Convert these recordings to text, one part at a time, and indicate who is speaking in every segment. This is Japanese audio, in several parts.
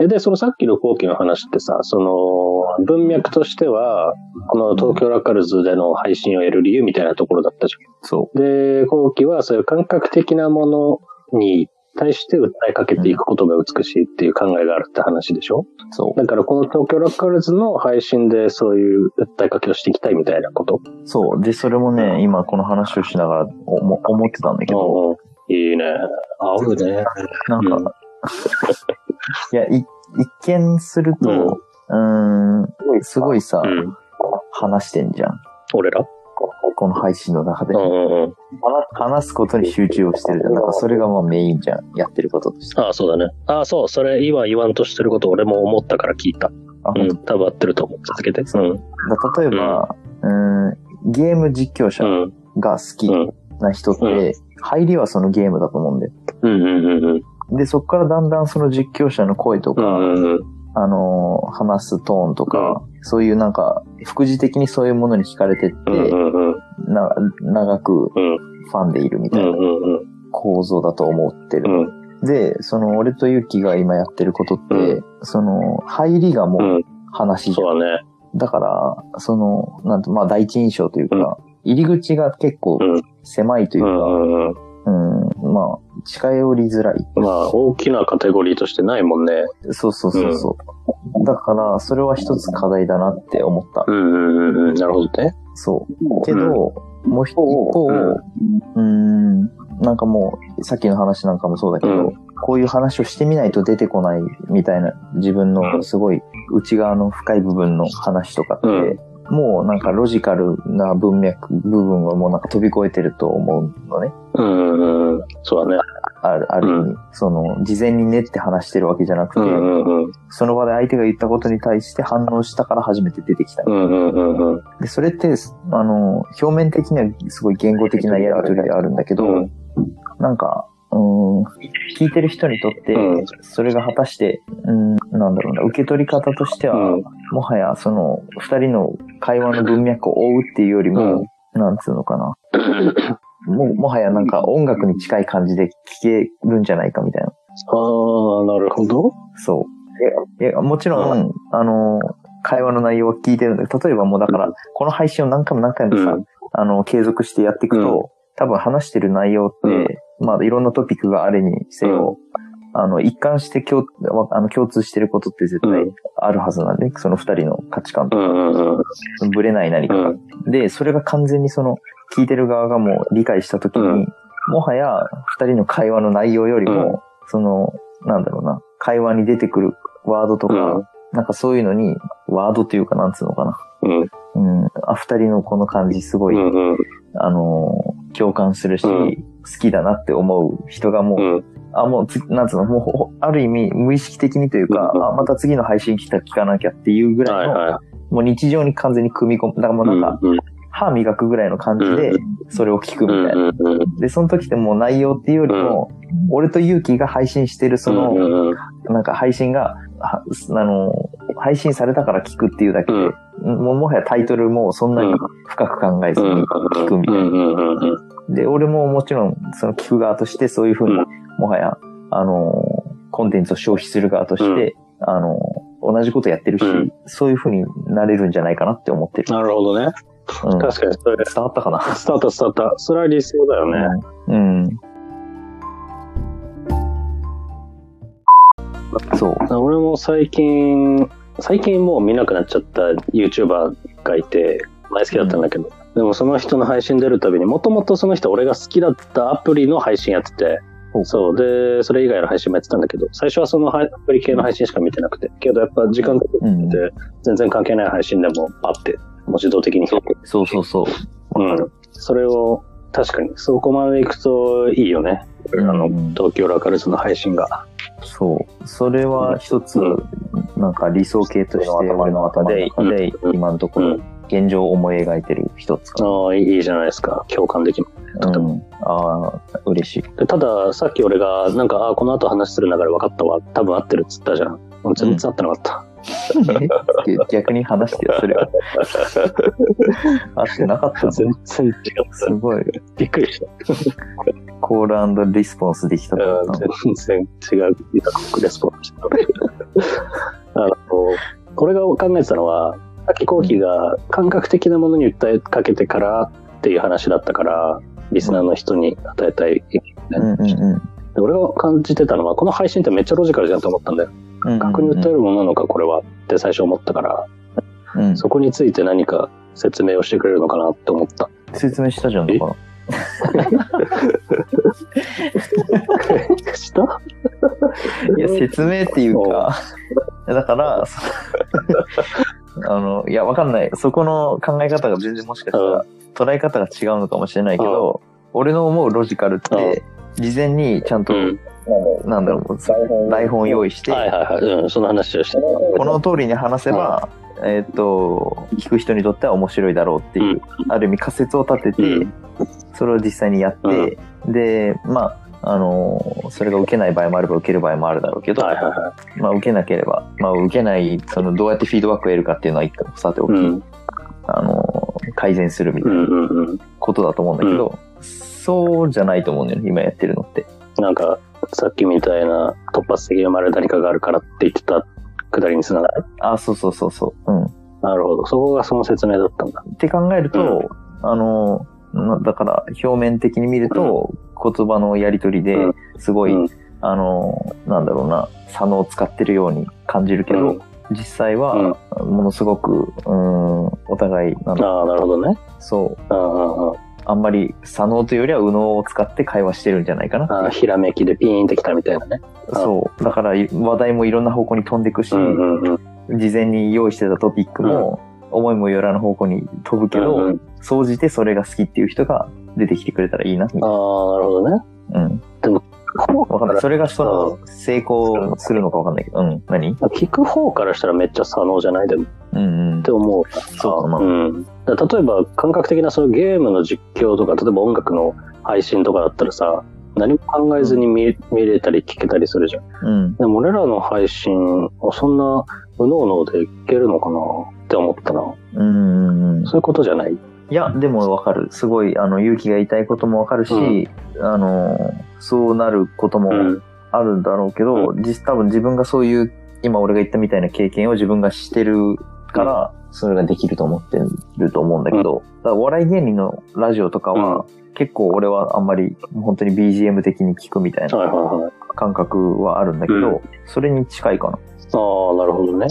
Speaker 1: えで、そのさっきの後期の話ってさ、その文脈としては、この東京ラカルズでの配信をやる理由みたいなところだったじ
Speaker 2: そ
Speaker 1: ゃん。で、後期はそういう感覚的なものに対して訴えかけていくことが美しいっていう考えがあるって話でしょ
Speaker 2: う、そ
Speaker 1: だからこの東京ラカルズの配信でそういう訴えかけをしていきたいみたいなこと
Speaker 2: う。そう。で、それもね、今この話をしながらおも思ってたんだけど、
Speaker 1: うんうんいいね。合うね。
Speaker 2: なんか、
Speaker 1: うん
Speaker 2: いや、い一見すると、うーん、すごいさ、
Speaker 1: うん。
Speaker 2: 話してんじゃん。
Speaker 1: 俺ら
Speaker 2: この配信の中で
Speaker 1: う。んうんうん。
Speaker 2: 話すことに集中をしてるじゃん。なんかそれがまあメインじゃん。やってることとして。
Speaker 1: ああ、そうだね。ああ、そう。それ今言わんとしてること俺も思ったから聞いた。
Speaker 2: あ、
Speaker 1: う
Speaker 2: 本
Speaker 1: ん。多分合ってると思う。続けて。うん。うん。
Speaker 2: 当だ例えば、うーん、ゲーム実況者
Speaker 1: うん。
Speaker 2: が好き
Speaker 1: うん
Speaker 2: な人って、
Speaker 1: うん
Speaker 2: 入りはそのゲームだと思うんだよ。
Speaker 1: うんうんうん。
Speaker 2: で、そっからだんだんその実況者の声と
Speaker 1: う
Speaker 2: か、
Speaker 1: んうんうん。
Speaker 2: あのー話すトーンとか、そういうなんか、副次的にそういうものに惹かれてって、
Speaker 1: うんうんうん。
Speaker 2: な長く
Speaker 1: うん
Speaker 2: ファンでいるみ
Speaker 1: う
Speaker 2: たい
Speaker 1: ん
Speaker 2: な
Speaker 1: うんうん。
Speaker 2: 構造だと思ってる。
Speaker 1: うん
Speaker 2: で、その俺とユキが今やってることって、
Speaker 1: う
Speaker 2: その、入りがも
Speaker 1: う。
Speaker 2: うん話じゃん
Speaker 1: そうだね。
Speaker 2: だから、その、なんと、まあ、第一印象というか、入り口が結構
Speaker 1: うん
Speaker 2: 狭いという
Speaker 1: う
Speaker 2: か、
Speaker 1: んうんうん。
Speaker 2: うん、まあ、近寄りづらい。
Speaker 1: まあ、大きなカテゴリーとしてないもんね。
Speaker 2: そうそうそうそう。だから、それは一つ課題だなって思った。
Speaker 1: うんうんうんうん。なるほどね。
Speaker 2: そう。けど、もう一方、うん、なんかもう、さっきの話なんかもそうだけど、
Speaker 1: うん
Speaker 2: こういう話をしてみないと出てこないみたいな自分
Speaker 1: う
Speaker 2: の
Speaker 1: ん
Speaker 2: すごい内側の深い部分の話とかって、
Speaker 1: うん
Speaker 2: もうなんかロジカルな文脈部分はもうなんか飛び越えてると思うのね。
Speaker 1: うんうんうん。そうだね。
Speaker 2: あるある意味、その事前にねって話してるわけじゃなくて、
Speaker 1: うんうんうん。
Speaker 2: その場で相手が言ったことに対して反応したから初めて出てきた
Speaker 1: うんうんうんうん。
Speaker 2: で、それって、あの、表面的にはすごい言語的なやり取りではあるんだけど、
Speaker 1: うん
Speaker 2: なんか、うーん、聞いてる人にとって
Speaker 1: うん、
Speaker 2: それが果たして、うん、なんだろうな、受け取り方としては、
Speaker 1: うん
Speaker 2: もはやその、二人の会話の文脈を追うっていうよりも、なんつうのかな。もう、もはやなんか音楽に近い感じで聞けるんじゃないかみたいな。
Speaker 1: ああ、なるほど。
Speaker 2: そう。いや、もちろん、あの、会話の内容は聞いてるんだけど、例えばもうだから、この配信を何回も何回もさ、
Speaker 1: うん
Speaker 2: あの、継続してやっていくと、
Speaker 1: う
Speaker 2: 多分話してる内容って、
Speaker 1: うん
Speaker 2: まあ、いろんなトピックがあれにせよ、あの、一貫して共あの共通してることって絶対
Speaker 1: うん
Speaker 2: あるはずなんで、その二人の価値観
Speaker 1: う
Speaker 2: と
Speaker 1: んうんうん。
Speaker 2: ぶれない何かが、で、それが完全にその、聞いてる側がもう理解したときに、
Speaker 1: うん
Speaker 2: もはや二人の会話の内容よりも、その、なんだろうな、会話に出てくるワードとか、
Speaker 1: うん
Speaker 2: なんかそういうのに、ワードというか、なんつうのかな。
Speaker 1: うん
Speaker 2: うん、あ、二人のこの感じすごい、
Speaker 1: うんうん
Speaker 2: あのー共感するし、
Speaker 1: うん
Speaker 2: 好きだなって思う人がもう、
Speaker 1: うん
Speaker 2: あ、もうつ、なんつうの、もうほ、ある意味、無意識的にというか、
Speaker 1: うん
Speaker 2: あ、また次の配信来た、聞かなきゃっていうぐら
Speaker 1: はいい
Speaker 2: の、
Speaker 1: は
Speaker 2: もう日常に完全に組み込む。だからもう
Speaker 1: い。
Speaker 2: なんか、
Speaker 1: うん
Speaker 2: 歯磨くぐらいの感じで
Speaker 1: う、
Speaker 2: それを聞くみ
Speaker 1: う
Speaker 2: たい
Speaker 1: ん
Speaker 2: な。
Speaker 1: うんうん
Speaker 2: で、その時ってもう内容っていうよりも、俺と勇気が配信してるその、
Speaker 1: うんうん
Speaker 2: なんか配信が、はあの、配信されたから聞くっていうだけで、もうもはやタイトルもそんなに深く考えず
Speaker 1: うん
Speaker 2: に聞くみたいな。
Speaker 1: うんうんうんうん
Speaker 2: で、俺ももちろん、その聞く側として、そういうふうに
Speaker 1: うん、
Speaker 2: もはや、あのー、コンテンツを消費する側として、あのー、同じことやってるし、
Speaker 1: うん
Speaker 2: そういうふうになれるんじゃないかなって思ってる。
Speaker 1: なるほどね。
Speaker 2: うん、伝
Speaker 1: 確かにそれ、
Speaker 2: わったかな
Speaker 1: スタートスタート。それは理想だよね。
Speaker 2: うん。そう。
Speaker 1: 俺も最近、最近もう見なくなっちゃった YouTuber がいて、前好きだったんだけど。でもその人の配信出るたびに、もともとその人俺が好きだったアプリの配信やってて、
Speaker 2: ほう
Speaker 1: そう。で、それ以外の配信もやってたんだけど、最初はそのはアプリ系の配信しか見てなくて、けどやっぱ時間かけ
Speaker 2: うん。
Speaker 1: て、全然関係ない配信でもパッて、もう自動的に
Speaker 2: そうそうそう。わか
Speaker 1: うん、それを確かにそこまで行くといいよね、
Speaker 2: うん
Speaker 1: あの東京ラカルズの配信が
Speaker 2: そう。それは一つ、
Speaker 1: う
Speaker 2: なんか理想形として、俺の頭で、
Speaker 1: うん
Speaker 2: で
Speaker 1: うん
Speaker 2: 今のところ、現状を思い描いてる一つか
Speaker 1: ああいいいいじゃないですか共感できま
Speaker 2: な。うん。ああ、嬉しい。
Speaker 1: すでたださっき俺がなんかあーこの後話する中で分かったわ多分合ってるっつったじゃんもう全然合ってなかった、
Speaker 2: 逆に話してよ、それは。あってなかったのす
Speaker 1: 全然違った
Speaker 2: ごい。
Speaker 1: びっくりした
Speaker 2: コールリスポンスできたと思ったの。
Speaker 1: うん全然違う企画レスポンス。あの、俺が考えてたのは、さっきコウキが感覚的なものに訴えかけてからっていう話だったから、リスナーの人に与えたい意見みたい
Speaker 2: うん
Speaker 1: な
Speaker 2: うん
Speaker 1: 話。
Speaker 2: うん
Speaker 1: で俺が感じてたのは、この配信ってめっちゃロジカルじゃんと思ったんだよ。
Speaker 2: うんうん。
Speaker 1: 感覚に訴えるものなのか、これはって最初思ったから、
Speaker 2: うん
Speaker 1: そこについて何か説明をしてくれるのかなって思 った。
Speaker 2: 説明したじゃんだから。
Speaker 1: した
Speaker 2: いや、説明っていうか、だから、 そあの、いや、わかんない。そこの考え方が全然もしかしたら、捉え方が違うのかもしれないけど、俺の思うロジカルって、事前にちゃんと、
Speaker 1: うん。
Speaker 2: なんだろう、台本を用意して、
Speaker 1: はいはいはい。うん、その話をして
Speaker 2: この通りに話せば、えーっと、聞く人にとっては面白いだろうっていう、ある意味仮説を立てて、
Speaker 1: うん
Speaker 2: それを実際にやって、で、まあ、あのそれが受けない場合もあれば受ける場合もあるだろうけど、
Speaker 1: た。はいはいは
Speaker 2: まあ、受けなければ、まあ、受けない、その、どうやってフィードバックを得るかっていうのは一個さてお
Speaker 1: い。
Speaker 2: き、
Speaker 1: うん。
Speaker 2: あの、改善するみ
Speaker 1: う
Speaker 2: たいなん
Speaker 1: うんうん。
Speaker 2: ことだと思うんだけど、そうじゃないと思うんだよね、今やってるのって。
Speaker 1: なんか、さっきみたいな突発的に生まれる何かがあるからって言ってたくだりにつながる。
Speaker 2: あ、そうそうそうそう。うん。
Speaker 1: なるほど。そこがその説明だったんだ。
Speaker 2: って考えると、あの、なだから、表面的に見ると、言葉のやりとりで
Speaker 1: うん、
Speaker 2: すごい、
Speaker 1: うん
Speaker 2: あの、なんだろうな、左脳を使ってるように感じるけど、
Speaker 1: うん
Speaker 2: 実際
Speaker 1: う
Speaker 2: は
Speaker 1: ん、
Speaker 2: ものすごく、うん、お互い、なんだ
Speaker 1: ああ、なるほどね。
Speaker 2: そう、
Speaker 1: うんうんうん。
Speaker 2: あんまり左脳というよりは右脳を使って会話してるんじゃないかな。
Speaker 1: ああ、ひらめきでピーンってきたみたいなね。あ
Speaker 2: そう。だからい話題もいろんな方向に飛んでいくし、
Speaker 1: うんうんうん。
Speaker 2: 事前に用意してたトピックも、思いもよらぬ方向に飛ぶけど、
Speaker 1: うんうん
Speaker 2: 総じてそれが好きっていう人が出てきてくれたらいいな。
Speaker 1: ああ、なるほどね。
Speaker 2: うん。わかんない。それがその、成功するのかわかんないけど、うん。何
Speaker 1: 聞く方からしたらめっちゃ左脳じゃないでもっ
Speaker 2: うんうん
Speaker 1: て。思うな。
Speaker 2: そうかな
Speaker 1: うん。だから例えば感覚的なそのゲームの実況とか、例えば音楽の配信とかだったらさ、何も考えずに見,、見れたり聞けたりするじゃん。
Speaker 2: うん。
Speaker 1: でも俺らの配信をそんな無能能でいけるのかなって思ったな。
Speaker 2: うんうんうん。
Speaker 1: そういうことじゃない。
Speaker 2: いや、でもわかる。すごい、あの、勇気が痛いこともわかるし、あの、そうなることも
Speaker 1: うん。
Speaker 2: あるんだろうけど、実多分自分がそういう、今俺が言ったみたいな経験を自分がしてるから、それができると思ってると思うんだけど、だからお笑い芸人のラジオとかは、結構俺はあんまり本当に BGM 的に聞くみたい
Speaker 1: はいはい
Speaker 2: な
Speaker 1: はい。
Speaker 2: 感覚はあるんだけど、それに近いかな。
Speaker 1: ああ、なるほどね。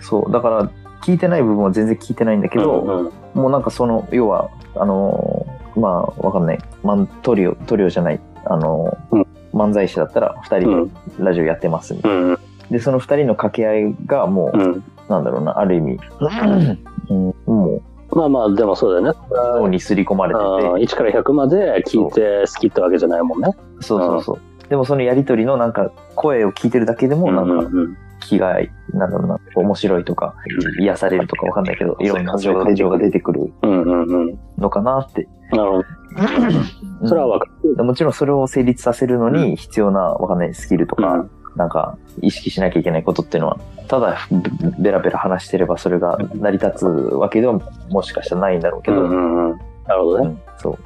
Speaker 2: そう。だから、聞いてない部分は全然聞いてないんだけど、
Speaker 1: うんうん
Speaker 2: もうなんかその、要は、あのーまあ、わかんない。マントリオ、トリオじゃない、あのー
Speaker 1: うん
Speaker 2: 漫才師だったら二
Speaker 1: う
Speaker 2: 人
Speaker 1: ん。
Speaker 2: でラジオやってます、
Speaker 1: うん。
Speaker 2: で、その二人の掛け合いがもう、
Speaker 1: うん。
Speaker 2: なんだろうな、ある意味、うんも
Speaker 1: まあまあ、でもそうだよね。
Speaker 2: う脳に刷り込まれ
Speaker 1: ああ
Speaker 2: てて、
Speaker 1: 1から100まで聞いて好きってわけじゃないもんね。
Speaker 2: そうそうそう。でもそのやりとりのなんか声を聞いてるだけでもなんか
Speaker 1: うんうん
Speaker 2: 気が、なんだろうな、面白いとか、癒されるとかわかんないけど、いろんな感情が出てくる
Speaker 1: うんうんうんうん。
Speaker 2: のかなって。
Speaker 1: なるほ
Speaker 2: うん
Speaker 1: ど。それはわかる。
Speaker 2: もちろんそれを成立させるのに必要な、わかんない、スキルとか、
Speaker 1: うん
Speaker 2: なんか、意識しなきゃいけないことっていうのは、ただ、べベラベラ話してればそれが成り立つわけではもしかしたらないんだろうけど、
Speaker 1: うんうんうん。なるほど
Speaker 2: う
Speaker 1: ね。
Speaker 2: んそう。